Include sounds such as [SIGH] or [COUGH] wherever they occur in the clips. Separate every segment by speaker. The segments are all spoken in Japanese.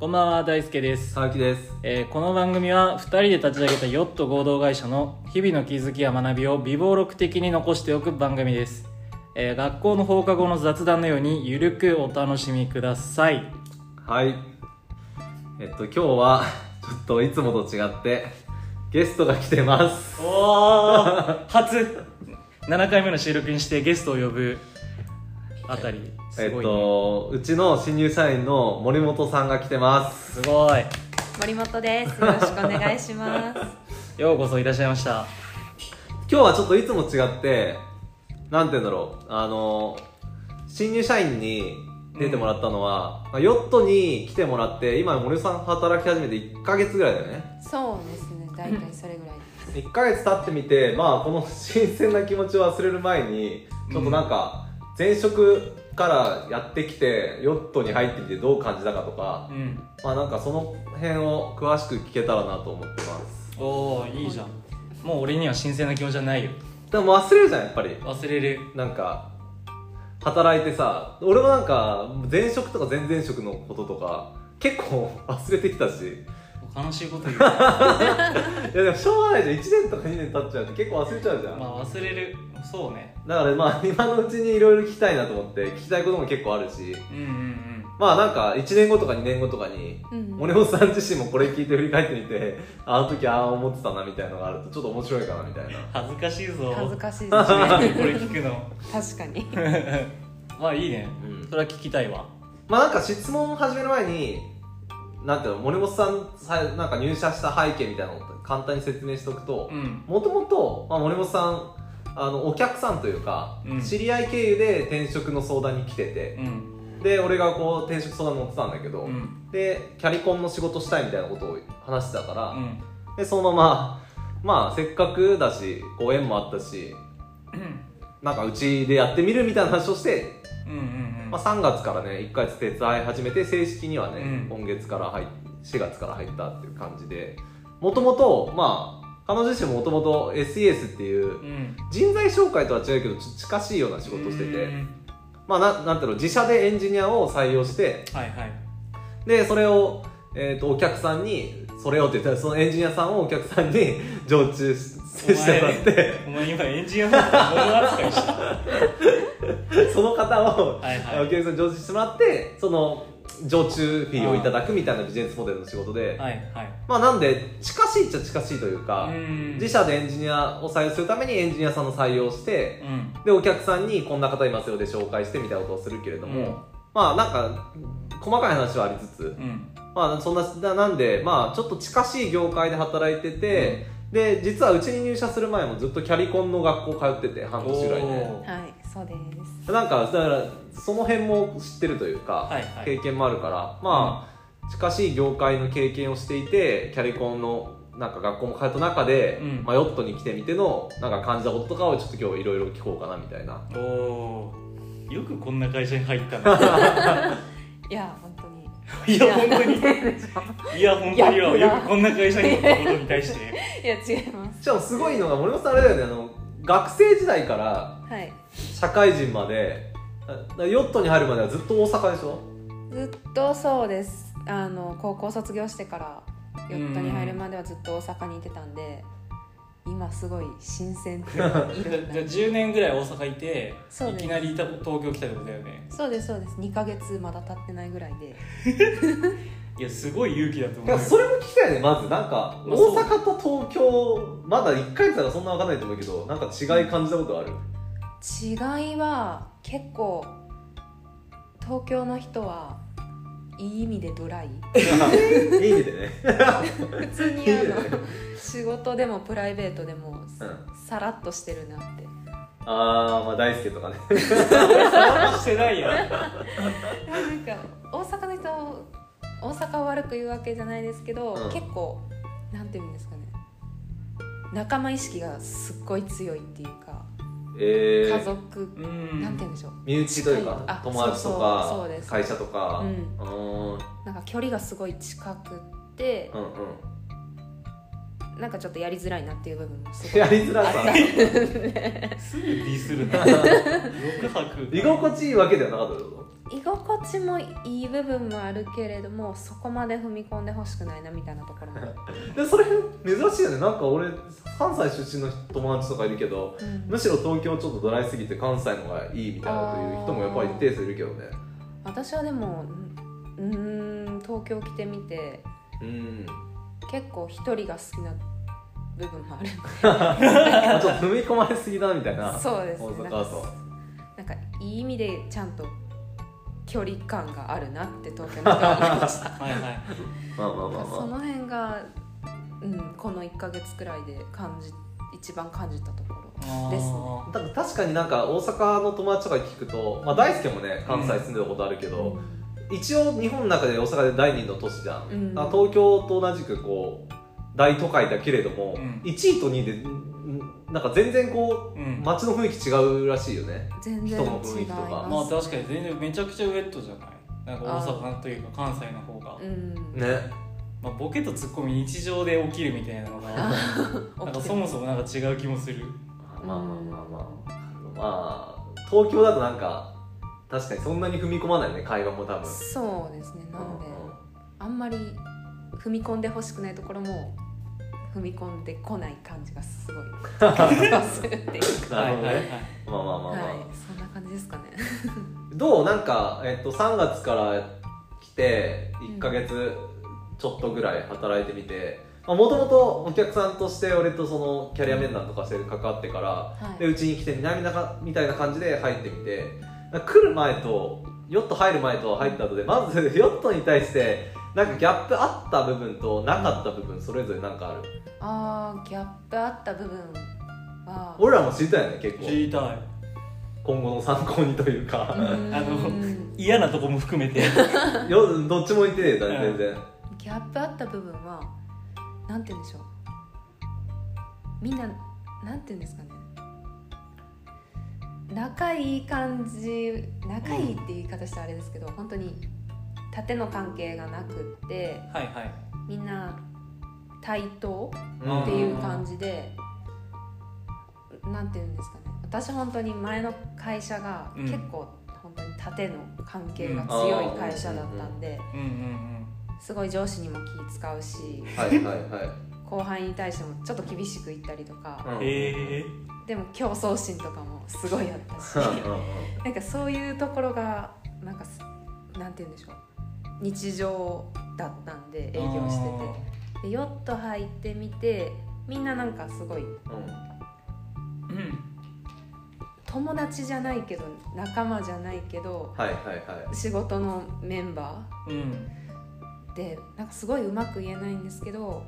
Speaker 1: こんばんは大輔です、
Speaker 2: 沢木です
Speaker 1: えーこの番組は2人で立ち上げたヨット合同会社の日々の気づきや学びを微暴録的に残しておく番組です、えー学校の放課後の雑談のようにゆるくお楽しみください
Speaker 2: はいえっと今日は [LAUGHS] ちょっといつもと違ってゲストが来てます
Speaker 1: おお初7回目の収録にしてゲストを呼ぶあたりす
Speaker 2: え
Speaker 1: ご
Speaker 2: っ
Speaker 1: い、ね
Speaker 2: とうちの新入社員の森本さんが来てます
Speaker 1: すごい
Speaker 3: 森本です。よろしくお願いします。
Speaker 1: ようこそいらっしゃいました
Speaker 2: 今日はちょっといつも違ってなんて言うんだろうあの新入社員に出てもらったのは、まあヨットに来てもらって今森本さん働き始めて1ヶ月ぐらいだよね
Speaker 3: そうですね。大体それぐらい。
Speaker 2: 1ヶ月経ってみてまあこの新鮮な気持ちを忘れる前にちょっとなんか前職からやってきてヨットに入ってみてどう感じたかとか
Speaker 1: うん
Speaker 2: まあなんかその辺を詳しく聞けたらなと思ってます
Speaker 1: おおいいじゃんもう俺には新鮮な気持ちはないよ
Speaker 2: でも忘れるじゃんやっぱり
Speaker 1: 忘れる
Speaker 2: なんか働いてさ俺もなんか前職とか前々職のこととか結構 [LAUGHS] 忘れてきたし
Speaker 1: 悲しいこと言うま
Speaker 2: いやでもしょうがないじゃん1年とか2年経っちゃうと結構忘れちゃうじゃん、
Speaker 1: あ忘れるそうね
Speaker 2: だからまあ今のうちにいろいろ聞きたいなと思って聞きたいことも結構あるし
Speaker 1: うんうん
Speaker 2: まあなんか1年後とか2年後とかに
Speaker 3: うん
Speaker 2: 森本さん自身もこれ聞いて振り返ってみてあの時ああ思ってたなみたいのがあるとちょっと面白いかなみたいな
Speaker 1: うん恥ずかしいぞ
Speaker 3: 恥ずかしいですね。
Speaker 1: これ聞くの
Speaker 3: 確かに。
Speaker 1: まあいいね、
Speaker 2: うん
Speaker 1: それは聞きたいわ
Speaker 2: まあなんか質問を始める前になんていうの森本さんさなんか入社した背景みたいなのを簡単に説明しておくと
Speaker 1: うん
Speaker 2: もともとまあ森本さんあのお客さんというか、
Speaker 1: うん
Speaker 2: 知り合い経由で転職の相談に来てて
Speaker 1: う、ん
Speaker 2: で俺がこう転職相談乗ってたんだけど、
Speaker 1: うん
Speaker 2: でキャリコンの仕事したいみたいなことを話してたから、
Speaker 1: うん
Speaker 2: でそのまままあせっかくだしご縁もあったしなんかうちでやってみるみたいな話をして、
Speaker 1: うんうん
Speaker 2: まあ、3月からね1ヶ月手伝い始めて正式にはね、
Speaker 1: うん
Speaker 2: 今月から入っ4月から入ったっていう感じでもともとまあ彼女自身もともと SES っていう
Speaker 1: うん
Speaker 2: 人材紹介とは違うけどちょっと近しいような仕事をしてて、
Speaker 1: うん
Speaker 2: まあななんていうの自社でエンジニアを採用して
Speaker 1: はいはい
Speaker 2: でそれを、えー、とお客さんにそれをって言ったらそのエンジニアさんをお客さんに [LAUGHS] 常駐し
Speaker 1: お前
Speaker 2: してもらって
Speaker 1: お前今エンジニアだったら物扱いしたは
Speaker 2: その方を、
Speaker 1: いはい
Speaker 2: お客さんに常駐してもらってその常駐フィーをいただくみたいなビジネスモデルの仕事で、
Speaker 1: はいはい
Speaker 2: まあなんで近しいっちゃ近しいというか、
Speaker 1: うん
Speaker 2: 自社でエンジニアを採用するためにエンジニアさんの採用をして
Speaker 1: うん
Speaker 2: でお客さんにこんな方いますよで紹介してみたいなことをするけれども、まあなんか細かい話はありつつ、
Speaker 1: うん
Speaker 2: まあ、そんなな、なんで、まあ、ちょっと近しい業界で働いてて、で、実はうちに入社する前もずっとキャリコンの学校通ってて、半年ぐらいね。
Speaker 1: おー
Speaker 3: はい、そうです。
Speaker 2: なんか、だから、その辺も知ってるというか、
Speaker 1: はいはい
Speaker 2: 経験もあるから、まあ、近しい業界の経験をしていて、キャリコンの、なんか学校も通った中で、
Speaker 1: うん
Speaker 2: まあ、ヨットに来てみての、なんか感じたこととかをちょっと今日いろいろ聞こうかな、みたいな。
Speaker 1: おーよくこんな会社に入ったな
Speaker 3: いや、本当に。
Speaker 1: いや本当にいや本当によよ
Speaker 3: ギャップだ
Speaker 1: くこんな会社にいたことに対して
Speaker 3: [LAUGHS] いや、違います。
Speaker 2: しかもすごいのが、森本さんあれだよね、あの、学生時代から、
Speaker 3: はい。
Speaker 2: 社会人まであヨットに入るまではずっと大阪でしょ
Speaker 3: ずっとそうです。あの、高校卒業してから。ヨットに入るまではずっと大阪にいてたんで。今すごい新鮮っていうか。い
Speaker 1: じゃ
Speaker 3: ろん
Speaker 1: じゃ
Speaker 3: [LAUGHS]
Speaker 1: あ
Speaker 3: な
Speaker 1: 10年ぐらい大阪いて
Speaker 3: そう
Speaker 1: い
Speaker 3: です
Speaker 1: きなりいた東京来たってことだよね
Speaker 3: そうです。そうです。二ヶ月まだ経ってないぐらいで。
Speaker 1: いやすごい勇気だと
Speaker 2: だか
Speaker 1: 思う
Speaker 2: らそれも聞きたいねまずなんか
Speaker 1: まあそう
Speaker 2: 大阪と東京まだ1回だからそんな分かんないと思うけどなんか違い感じたことある
Speaker 3: 違いは結構東京の人はいい意味でドライ
Speaker 2: [LAUGHS] いい意味でね
Speaker 3: 普通にあの仕事でもプライベートでも
Speaker 2: うん
Speaker 3: さらっとしてるなって
Speaker 2: あーまあ大輔とかね
Speaker 1: してないや
Speaker 3: なんか大阪の人大阪を悪く言うわけじゃないですけど、
Speaker 2: うん
Speaker 3: 結構なんて言うんですかね仲間意識がすっごい強いっていうか
Speaker 2: え
Speaker 3: 家
Speaker 2: ー、
Speaker 3: 族、
Speaker 1: う
Speaker 3: なんて
Speaker 1: ん
Speaker 3: [LAUGHS] 言うんでしょう
Speaker 2: 身内という
Speaker 3: 近い
Speaker 2: か
Speaker 3: あ
Speaker 2: 友達と
Speaker 3: そうそうそ
Speaker 2: か
Speaker 3: うです
Speaker 2: 会社とか
Speaker 3: うん
Speaker 2: ーん
Speaker 3: なんか距離がすごい近くって、
Speaker 2: うんうん
Speaker 3: なんかちょっとやりづらいなっていう部分もすごい
Speaker 2: やりづらさ
Speaker 1: すぐディスるなよく吐く
Speaker 2: 居心地いいわけではなかったってこ
Speaker 3: 居心地もいい部分もあるけれどもそこまで踏み込んでほしくないなみたいなところも、
Speaker 2: とでそれ珍しいよねなんか俺関西出身の友達とかいるけど
Speaker 3: うん
Speaker 2: むしろ東京ちょっとドライすぎて関西の方がいいみたいなこと言う人もやっぱり一定数いるけどね
Speaker 3: 私はでもうーん東京来てみて
Speaker 2: うん
Speaker 3: 結構一人が好きな部分もある
Speaker 2: あちょっと踏み込まれすぎだみたいな
Speaker 3: [LAUGHS] そうです
Speaker 2: 大
Speaker 3: ね
Speaker 2: 阪
Speaker 3: なん
Speaker 2: は
Speaker 3: か
Speaker 2: そう
Speaker 3: なんかいい意味でちゃんと距離感があるなって東京の人は思いました
Speaker 1: はいはい
Speaker 2: まあまあまあ
Speaker 3: そ
Speaker 2: ま
Speaker 3: の辺が、うん、この1か月くらいで感じ一番感じたところですね
Speaker 2: あだから確かになんか大阪の友達とかに聞くと、まあ、大輔もね関西住んでたことあるけど、一応日本の中で大阪で第二の都市じゃん、
Speaker 3: うん
Speaker 2: だから東京と同じくこう大都会だけれども、
Speaker 1: うん
Speaker 2: 1位と2位でんなんか全然こう、
Speaker 1: うん
Speaker 2: 街の雰囲気違うらしいよね
Speaker 3: 全然違い
Speaker 2: 人の
Speaker 3: ま
Speaker 2: 雰囲気とか
Speaker 1: まあ
Speaker 3: す、
Speaker 1: 確かに全然めちゃくちゃウエットじゃないなんか大阪というか関西の方が、
Speaker 3: うん
Speaker 2: ね
Speaker 1: まあ、ボケとツッコミ日常で起きるみたいなのがなんかそもそもなんか違う気もする
Speaker 2: まあまあまあまあ、まあ東京だとなんか確かにそんなに踏み込まないよね会話も多分
Speaker 3: そうですねなので、
Speaker 2: うん
Speaker 3: あんまり踏み込んでほしくないところも踏み込んでこない感じがす
Speaker 2: [LAUGHS]
Speaker 3: ごいするっていう
Speaker 2: なるほど
Speaker 1: はいはい
Speaker 2: ねまあまあまあ
Speaker 3: は
Speaker 2: まあ、
Speaker 3: いそんな感じですかね
Speaker 2: どうなんか、えっと、3月から来て1ヶ月ちょっとぐらい働いてみてもともとお客さんとして俺とそのキャリア面談とかして関わってから
Speaker 3: はい
Speaker 2: でうちに来て南中みたいな感じで入ってみて来る前とヨット入る前と入った後でまず [LAUGHS] ヨットに対してなんかギャップあった部分となかった部分それぞれなんかある
Speaker 3: あーギャップあった部分は
Speaker 2: 俺らも知りたいよね結構
Speaker 1: 知りたい
Speaker 2: 今後の参考にという
Speaker 3: う
Speaker 2: か
Speaker 3: ーん
Speaker 1: あの嫌なとこも含めて
Speaker 2: [LAUGHS] よどっちも言ってねえだね全然
Speaker 3: ギャップあった部分はなんて言うんでしょうみんななんて言うんですかね仲いい感じ仲いいって言い方したらあれですけど、本当に縦の関係がなくって
Speaker 1: はいはい
Speaker 3: みんな対等
Speaker 1: うん
Speaker 3: っていう感じで、なんて言うんですかね私本当に前の会社が
Speaker 1: うん
Speaker 3: 結構本当に縦の関係が強い会社だったんで、
Speaker 1: うんうん
Speaker 3: すごい上司にも気使うし
Speaker 2: はいはいはい
Speaker 3: 後輩に対してもちょっと厳しく言ったりとか、
Speaker 1: うんへえ
Speaker 3: でも競争心とかもすごいあった
Speaker 1: [LAUGHS]
Speaker 3: しなんかそういうところがなんかすなんて言うんでしょう日常だったんで営業しててでヨット入ってみてみんななんかすごい
Speaker 1: てうん
Speaker 3: 友達じゃないけど仲間じゃないけど
Speaker 2: はいはいは
Speaker 3: 仕事のメンバ
Speaker 1: うん
Speaker 3: ーでなんかすごいうまく言えないんですけど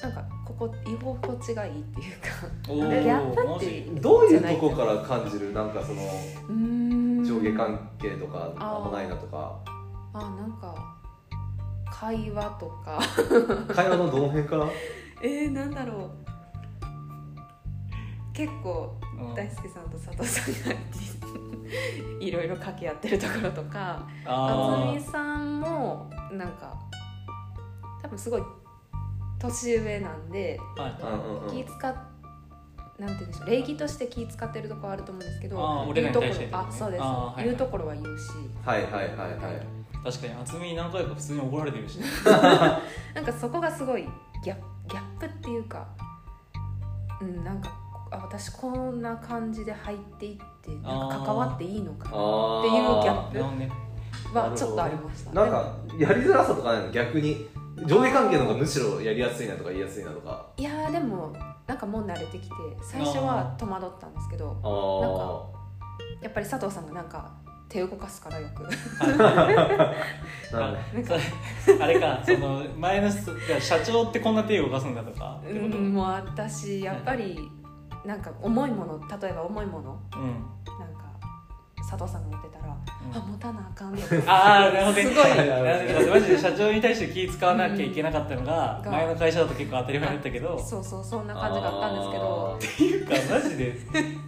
Speaker 3: なんかここ居心地がいいっていうか。
Speaker 1: お
Speaker 3: ギ
Speaker 1: ー
Speaker 3: ャップ
Speaker 1: マ
Speaker 3: ってい
Speaker 1: ジ
Speaker 2: いどういうとこから感じるなんかその
Speaker 3: うーん
Speaker 2: 上下関係とかあんまないなとか
Speaker 3: あなんか会話とか
Speaker 2: 会話のどの辺から
Speaker 3: [LAUGHS] えー、なんだろう結構
Speaker 1: うん
Speaker 3: 大輔さんと佐藤さんが [LAUGHS] いろいろ掛け合ってるところとかあ
Speaker 1: あ
Speaker 3: つみさんもなんか多分すごい年上なんで
Speaker 1: ーはい
Speaker 2: うんうんうん
Speaker 3: 気使っなんて言うんでしょう礼儀として気使ってるところあると思うんですけど
Speaker 1: あー俺らに
Speaker 3: 言
Speaker 1: 対
Speaker 3: うと
Speaker 1: し
Speaker 3: こ
Speaker 1: て
Speaker 3: ろあそうです、
Speaker 1: あーはいはい
Speaker 3: 言うところは言うし
Speaker 2: はいはいはいはい
Speaker 1: 確かに厚み何回か普通に怒られてるしね
Speaker 3: なんかそこがすごいギャギャップっていうかうんなんかあ私こんな感じで入っていってなんか関わっていいのか
Speaker 2: あ
Speaker 3: っていうギャ
Speaker 2: ー
Speaker 3: ッ
Speaker 1: なるほどね
Speaker 3: はちょっとありました、
Speaker 2: なんかやりづらさとかないの逆に上下関係の方がむしろやりやすいなとか言いやすいなとか
Speaker 3: いやーでもなんかもう慣れてきて最初は戸惑ったんですけど
Speaker 2: あー
Speaker 3: やっぱり佐藤さんがなんか手動かすからよく
Speaker 2: なる
Speaker 1: あそうあれかその前の人が社長ってこんな手を動かすんだとかって
Speaker 3: う
Speaker 1: こと
Speaker 3: んもう私やっぱりなんか重いもの例えば重いもの
Speaker 1: うん
Speaker 3: なんか佐藤さんが持ってたら、
Speaker 1: うん
Speaker 3: あ持たなあかんとか
Speaker 1: ああなるほどね
Speaker 3: すごい
Speaker 1: なるほどマジで社長に対して気使わなきゃいけなかったのが
Speaker 3: うん
Speaker 1: 前の会社だと結構当たり前だったけど
Speaker 3: そうそうそんな
Speaker 2: ほど
Speaker 3: 感じだったんですけど
Speaker 1: っ
Speaker 2: あ
Speaker 1: ていうかマジで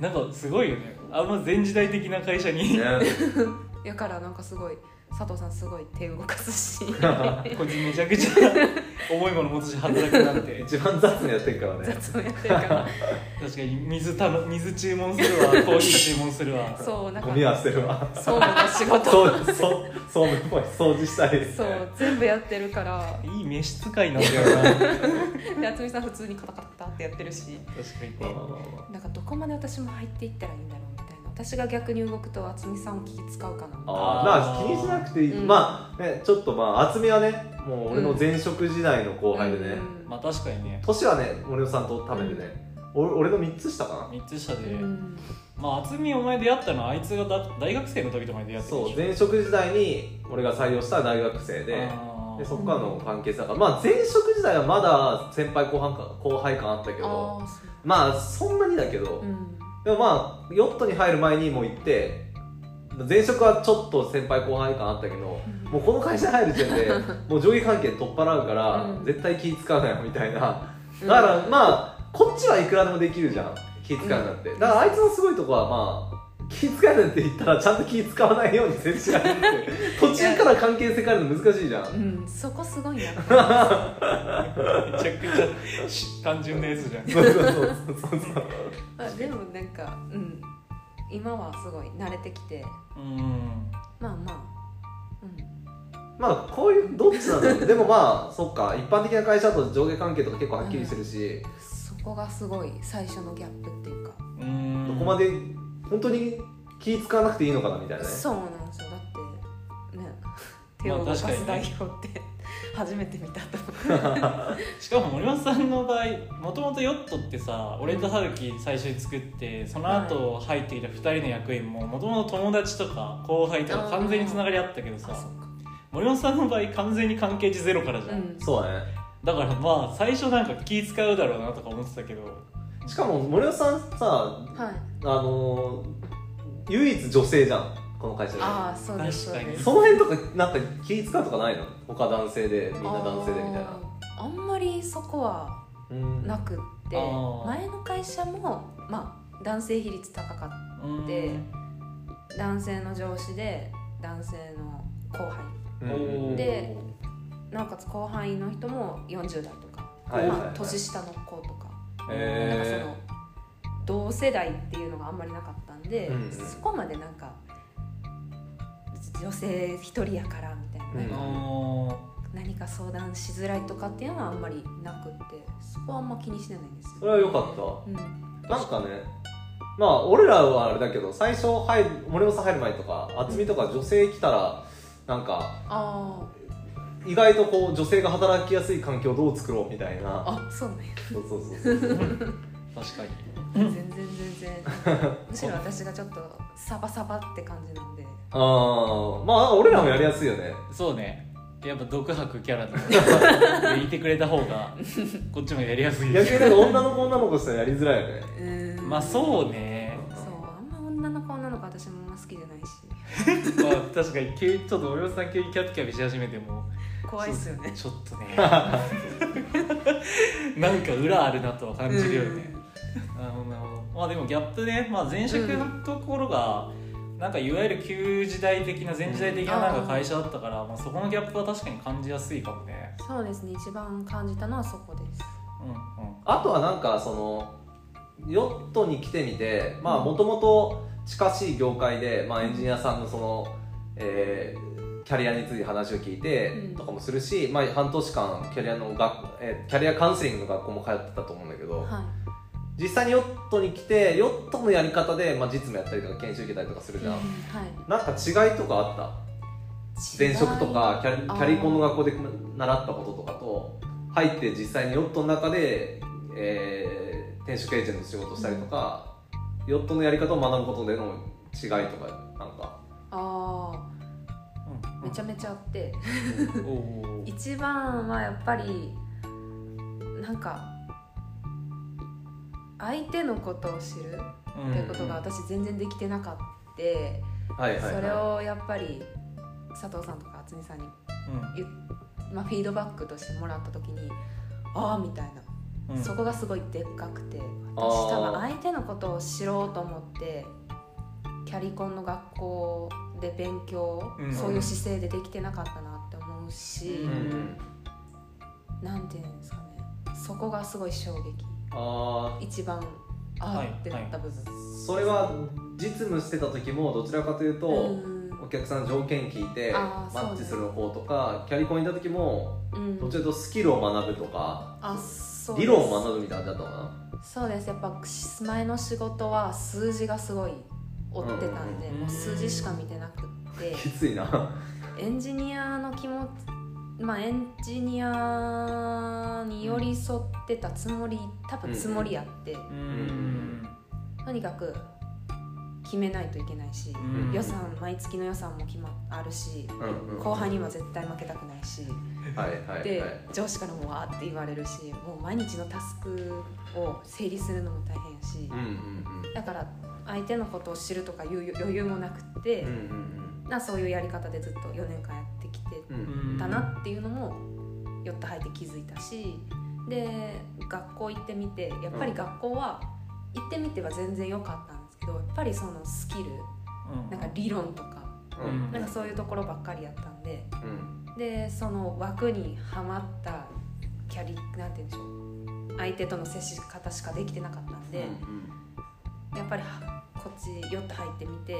Speaker 1: なんかすごいよねあんま全時代的な会社に
Speaker 2: ーね
Speaker 3: だからなんかすごい佐佐藤さんすごい手動かす
Speaker 2: [LAUGHS]
Speaker 3: し
Speaker 1: こいつめちゃくちゃ重いもの持つし働くなんて
Speaker 2: 一番雑にやってるからね
Speaker 3: 雑をやってるから
Speaker 1: 確かに水たの水注文するわコーヒー注文するわ
Speaker 3: そうなんか
Speaker 2: ゴミ合わせるわ
Speaker 3: 総務の仕事
Speaker 2: そうそうそうめっぽい掃除したり
Speaker 3: そう全部やってるから
Speaker 1: いい飯使いなんだよな確か
Speaker 3: で渥美さん普通にカタカタってやってるし
Speaker 1: に
Speaker 2: まあ
Speaker 1: ね
Speaker 2: まあまあま
Speaker 3: なんかどこまで私も入っていったらいいんだろうみたいな私が逆に動くと渥美さんを気使うかなみたいな
Speaker 2: ああーまあ気にしなくていい、
Speaker 3: うん
Speaker 2: まあねちょっとまあ厚みはねもう俺の前職時代の後輩でね、
Speaker 3: うん
Speaker 1: まあ確かにね
Speaker 2: 年はね森尾さんと食べてね、お俺の3つ下か
Speaker 1: 3つ下
Speaker 3: う
Speaker 1: で、
Speaker 3: ん
Speaker 1: まあ渥美お前出会ったのはあいつがだ大学生の時とかに出
Speaker 2: な
Speaker 1: 会ってるで
Speaker 2: そう
Speaker 1: し
Speaker 2: 前職時代に俺が採用した大学生
Speaker 1: ょ
Speaker 2: で
Speaker 1: あー
Speaker 2: でそこからの関係性だから、まあ、前職時代はまだ先輩後輩か後輩感あったけ
Speaker 3: あ
Speaker 2: ど
Speaker 3: あそ
Speaker 2: まあそんなにだけど、
Speaker 3: ううん
Speaker 2: でもまあヨットに入る前にもう行って前職はちょっと先輩後輩感あったけどもうこの会社入る時点でもう上下関係取っ払うから、
Speaker 3: うん
Speaker 2: 絶対気使わないよみたいなだからまあこっちはいくらでもできるじゃん気使うなって、だからあいつのすごいとこはまあ気使うなって言ったらちゃんと気使わないように接しないって途中から関係性変えるの難しいじゃん
Speaker 3: うん、そこすごいな [LAUGHS] って
Speaker 1: めちゃくちゃし単純なやつじゃん
Speaker 2: そうそうそうそうそう
Speaker 3: まあでもなんか、うん、今はすごい慣れてきて
Speaker 1: うん
Speaker 3: まあまあ、うん、
Speaker 2: [LAUGHS] まあこういうどっちなんだろうでもまあそっか一般的な会社だと上下関係とか結構はっきりしてるし、
Speaker 3: そこがすごい最初のギャップっていうか、
Speaker 1: うん
Speaker 2: どこまで本当に気使わなくていいのかなみたいなね
Speaker 3: そうなんですよだってね手を動
Speaker 1: まあ
Speaker 3: か
Speaker 1: 確かにね
Speaker 3: す代表って初めて見たと思
Speaker 1: しかも森本さんの場合もともとヨットってさ俺と春樹最初に作ってその後入ってきた2人の役員ももともと友達とか後輩とか完全につながりあったけど
Speaker 3: うあそ
Speaker 1: さ
Speaker 3: うか
Speaker 1: 森本さんの場合完全に関係値ゼロからじゃん、
Speaker 3: うん
Speaker 2: そうだね
Speaker 1: だからまあ最初なんか気使うだろうなとか思ってたけど
Speaker 2: しかも森尾さんさ
Speaker 3: は
Speaker 2: あ
Speaker 3: い
Speaker 2: のー唯一女性じゃんこの会社で
Speaker 3: ああそうですそう
Speaker 1: 確か
Speaker 3: で
Speaker 1: に
Speaker 3: す
Speaker 2: その辺とかなんか気使うとかないの他男性でみんな男性でみたいな
Speaker 3: あーあんまりそこは
Speaker 2: うん
Speaker 3: なくって
Speaker 1: あー
Speaker 3: 前の会社もまあ男性比率高かっ
Speaker 1: うん
Speaker 3: でた男性の上司で男性の後輩
Speaker 2: うん
Speaker 1: おー
Speaker 3: でなおかつ後輩の人も40代とか、
Speaker 2: はいはいはい
Speaker 3: まあ、年下の子とか,、なんかそ
Speaker 2: え
Speaker 3: の同世代っていうのがあんまりなかったんで、
Speaker 2: うんうん
Speaker 3: そこまでなんか女性一人やからみたいな、
Speaker 2: うん
Speaker 1: あー
Speaker 3: 何か相談しづらいとかっていうのはあんまりなくってそこはあんま気にしてないんですよ
Speaker 2: ーそれは良かっ
Speaker 3: うん、
Speaker 2: たなんかねまあ俺らはあれだけど最初入る森本さん入る前とか厚みとか女性来たらなんか
Speaker 3: あ
Speaker 2: 意外とこう女性が働きやすい環境をどう作ろうみたい
Speaker 3: ー
Speaker 2: な
Speaker 3: あそうね
Speaker 2: そうそうそうそ
Speaker 1: 確
Speaker 2: う
Speaker 1: かに
Speaker 3: 全然全然
Speaker 2: [LAUGHS]
Speaker 3: むしろ私がちょっとサバサバって感じなんで
Speaker 2: [LAUGHS] ああまあ俺らもやりやすいよね
Speaker 1: そうねやっぱ独白キャラ
Speaker 3: [LAUGHS]
Speaker 1: ででいてくれた方がこっちもやりやすいで
Speaker 2: 逆
Speaker 1: す
Speaker 2: になんか女の子女の子としてはやりづらいよね
Speaker 3: うーん
Speaker 1: まあそうね
Speaker 3: そうあんま女の子女の子私もあんま好きじゃないし
Speaker 1: まあ確かに急にちょっと森本さん急にキャピキャピし始めても
Speaker 3: 怖いっすよね
Speaker 1: ちょっと [LAUGHS] ねなんか裏あるなとは感じるよね、あのまあでもギャップね、まあ、前職のところが、なんかいわゆる旧時代的な前時代的ななんか会社だったから、まあ、そこのギャップは確かに感じやすいかもね
Speaker 3: そうですね一番感じたのはそこです
Speaker 1: うんうん
Speaker 2: あとはなんかそのヨットに来てみてまあもともと近しい業界で、まあ、エンジニアさんのその、えーキャリアについて話を聞いて
Speaker 3: うん
Speaker 2: とかもするし、まあ、半年間キャリアの学、えーキャリアカウンセリングの学校も通ってたと思うんだけど、
Speaker 3: はい
Speaker 2: 実際にヨットに来てヨットのやり方で、まあ、実務やったりとか研修受けたりとかするじゃん、
Speaker 3: はい
Speaker 2: なんか違いとかあった前職とかキャリキ
Speaker 3: あー
Speaker 2: ャリコンの学校で習ったこととかと入って実際にヨットの中で、えー、転職エージェントの仕事をしたりとか、ヨットのやり方を学ぶことでの違いとかなんか
Speaker 3: あ
Speaker 1: うん
Speaker 3: あめちゃめちゃあって
Speaker 1: うんおー
Speaker 3: 一番はやっぱりなんか相手のことを知るっていうことが私全然できてなかって、
Speaker 2: はいはいはい
Speaker 3: それをやっぱり佐藤さんとか渥美さん
Speaker 1: う
Speaker 3: に、
Speaker 1: ん
Speaker 3: 言っまあ、フィードバックとしてもらった時にああみたいな
Speaker 1: うんうん
Speaker 3: そこがすごいでっかくて私
Speaker 2: あー
Speaker 3: 多分相手のことを知ろうと思ってキャリコンの学校で勉強、
Speaker 1: うん
Speaker 3: そういう姿勢でできてなかったなって思うし
Speaker 2: う、ん
Speaker 3: なんていうんですかねそこがすごい衝撃
Speaker 2: あ
Speaker 3: 一番
Speaker 1: は
Speaker 3: あ
Speaker 1: い
Speaker 3: ーってなった部分、
Speaker 2: あそれは実務してた時もどちらかというと、
Speaker 3: うん
Speaker 2: お客さんの条件聞いて
Speaker 3: あ
Speaker 2: マ
Speaker 3: ー
Speaker 2: ッチする方とかキャリコンにいた時も
Speaker 3: うん
Speaker 2: どちらかというとスキルを学ぶとか
Speaker 3: あそうで
Speaker 2: 理
Speaker 3: す
Speaker 2: 論を学ぶみたいな感じだったのかな
Speaker 3: そうですやっぱ前の仕事は数字がすごい追ってたんで、
Speaker 1: うん
Speaker 3: もう数字しか見てなくって
Speaker 2: きついな
Speaker 3: エンジニアの気持ちまあエンジニアに寄り添ってたつもり多分つもりやって、
Speaker 1: うん
Speaker 3: とにかく決めないといけないし、
Speaker 1: うん
Speaker 3: 予算毎月の予算も決まあるし
Speaker 2: うんうん
Speaker 3: 後輩にも絶対負けたくないし、
Speaker 2: はいはい
Speaker 3: で、
Speaker 2: はい
Speaker 3: 上司からもわーって言われるしもう毎日のタスクを整理するのも大変やし、
Speaker 2: うんうん
Speaker 3: だから相手のことを知るとかいう余裕もなくって、
Speaker 2: うんうん
Speaker 3: なそういうやり方でずっと4年間やってきて
Speaker 2: うんうん
Speaker 1: うん
Speaker 3: たなっていうのもよっと入って気づいたしで学校行ってみてやっぱり学校は行ってみては全然良かったんですけどやっぱりそのスキル
Speaker 1: うん
Speaker 3: なんか理論とか
Speaker 2: うん
Speaker 3: なんかそういうところばっかりやったんで
Speaker 2: うん
Speaker 3: でその枠にはまったキャリなんて言うんでしょう相手との接し方しかできてなかったんで。やっぱりはこっちヨット入ってみて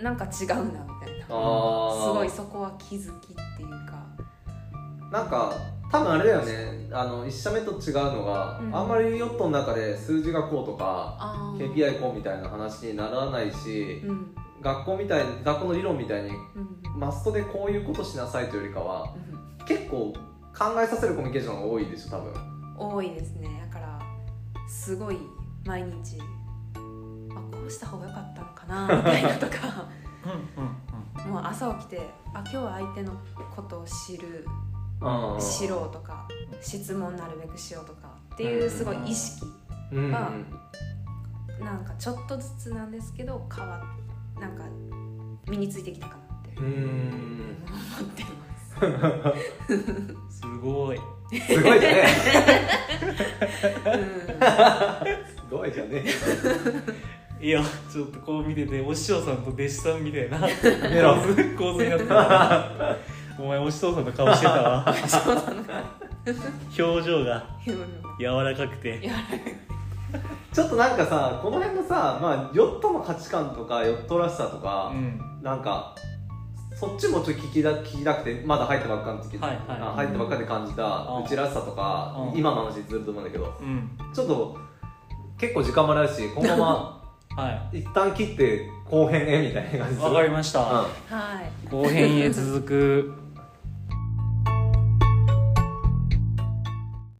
Speaker 3: なんか違うなみたいなす
Speaker 2: あー
Speaker 3: ごいそこは気づきっていうか
Speaker 2: なんか多分あれだよねあの1社目と違うのが、
Speaker 3: うん
Speaker 2: あんまりヨットの中で数字がこうとか
Speaker 3: あー
Speaker 2: KPI こうみたいな話にならないし、
Speaker 3: うん
Speaker 2: 学校みたい学校の理論みたいに
Speaker 3: うん
Speaker 2: マストでこういうことしなさいというよりかは
Speaker 3: うん
Speaker 2: 結構考えさせるコミュニケーションが多いでしょ多分
Speaker 3: 多いですねだからすごい毎日あこうした方が良かったのか
Speaker 2: [LAUGHS]
Speaker 3: なみたいなとか
Speaker 1: うんうん
Speaker 3: もう朝起きてあ今日は相手のことを知る
Speaker 2: あー
Speaker 3: 知ろうとか質問なるべくしようとかっていうすごい意識
Speaker 2: うんうん
Speaker 3: まあなんかちょっとずつなんですけど変わっなんか身についてきたかなって
Speaker 2: う
Speaker 3: 思
Speaker 2: ん
Speaker 3: って
Speaker 2: [LAUGHS]
Speaker 3: ます。
Speaker 1: うんすごい
Speaker 2: すごいじゃねえ
Speaker 3: うん
Speaker 2: すごいじゃね
Speaker 1: いやちょっとこう見ててお師匠さんと弟子さんみたいな
Speaker 2: メロン
Speaker 1: 構図構図になってたお前お師匠さんの顔してたわ [LAUGHS] 表情が
Speaker 3: いろいろ
Speaker 1: 柔らかくて
Speaker 2: えちょっとなんかさこの辺のさ、まあ、ヨットの価値観とかヨットらしさとか、
Speaker 1: うん
Speaker 2: なんかそっちもちょっと聞きだ聞きたくてまだ入ったばっかの時、
Speaker 1: はいはい
Speaker 2: あ入ったばっかで感じた
Speaker 1: うん
Speaker 2: うちらしさとか、
Speaker 1: うん
Speaker 2: 今の話にすると思うんだけど
Speaker 1: うん
Speaker 2: ちょっと結構時間もあるしこのま
Speaker 1: [LAUGHS]
Speaker 2: ま
Speaker 1: は
Speaker 2: 一旦切って後編へみたいな感
Speaker 1: い
Speaker 2: じする
Speaker 1: わかりました
Speaker 2: う
Speaker 3: はい
Speaker 1: 後編へ続く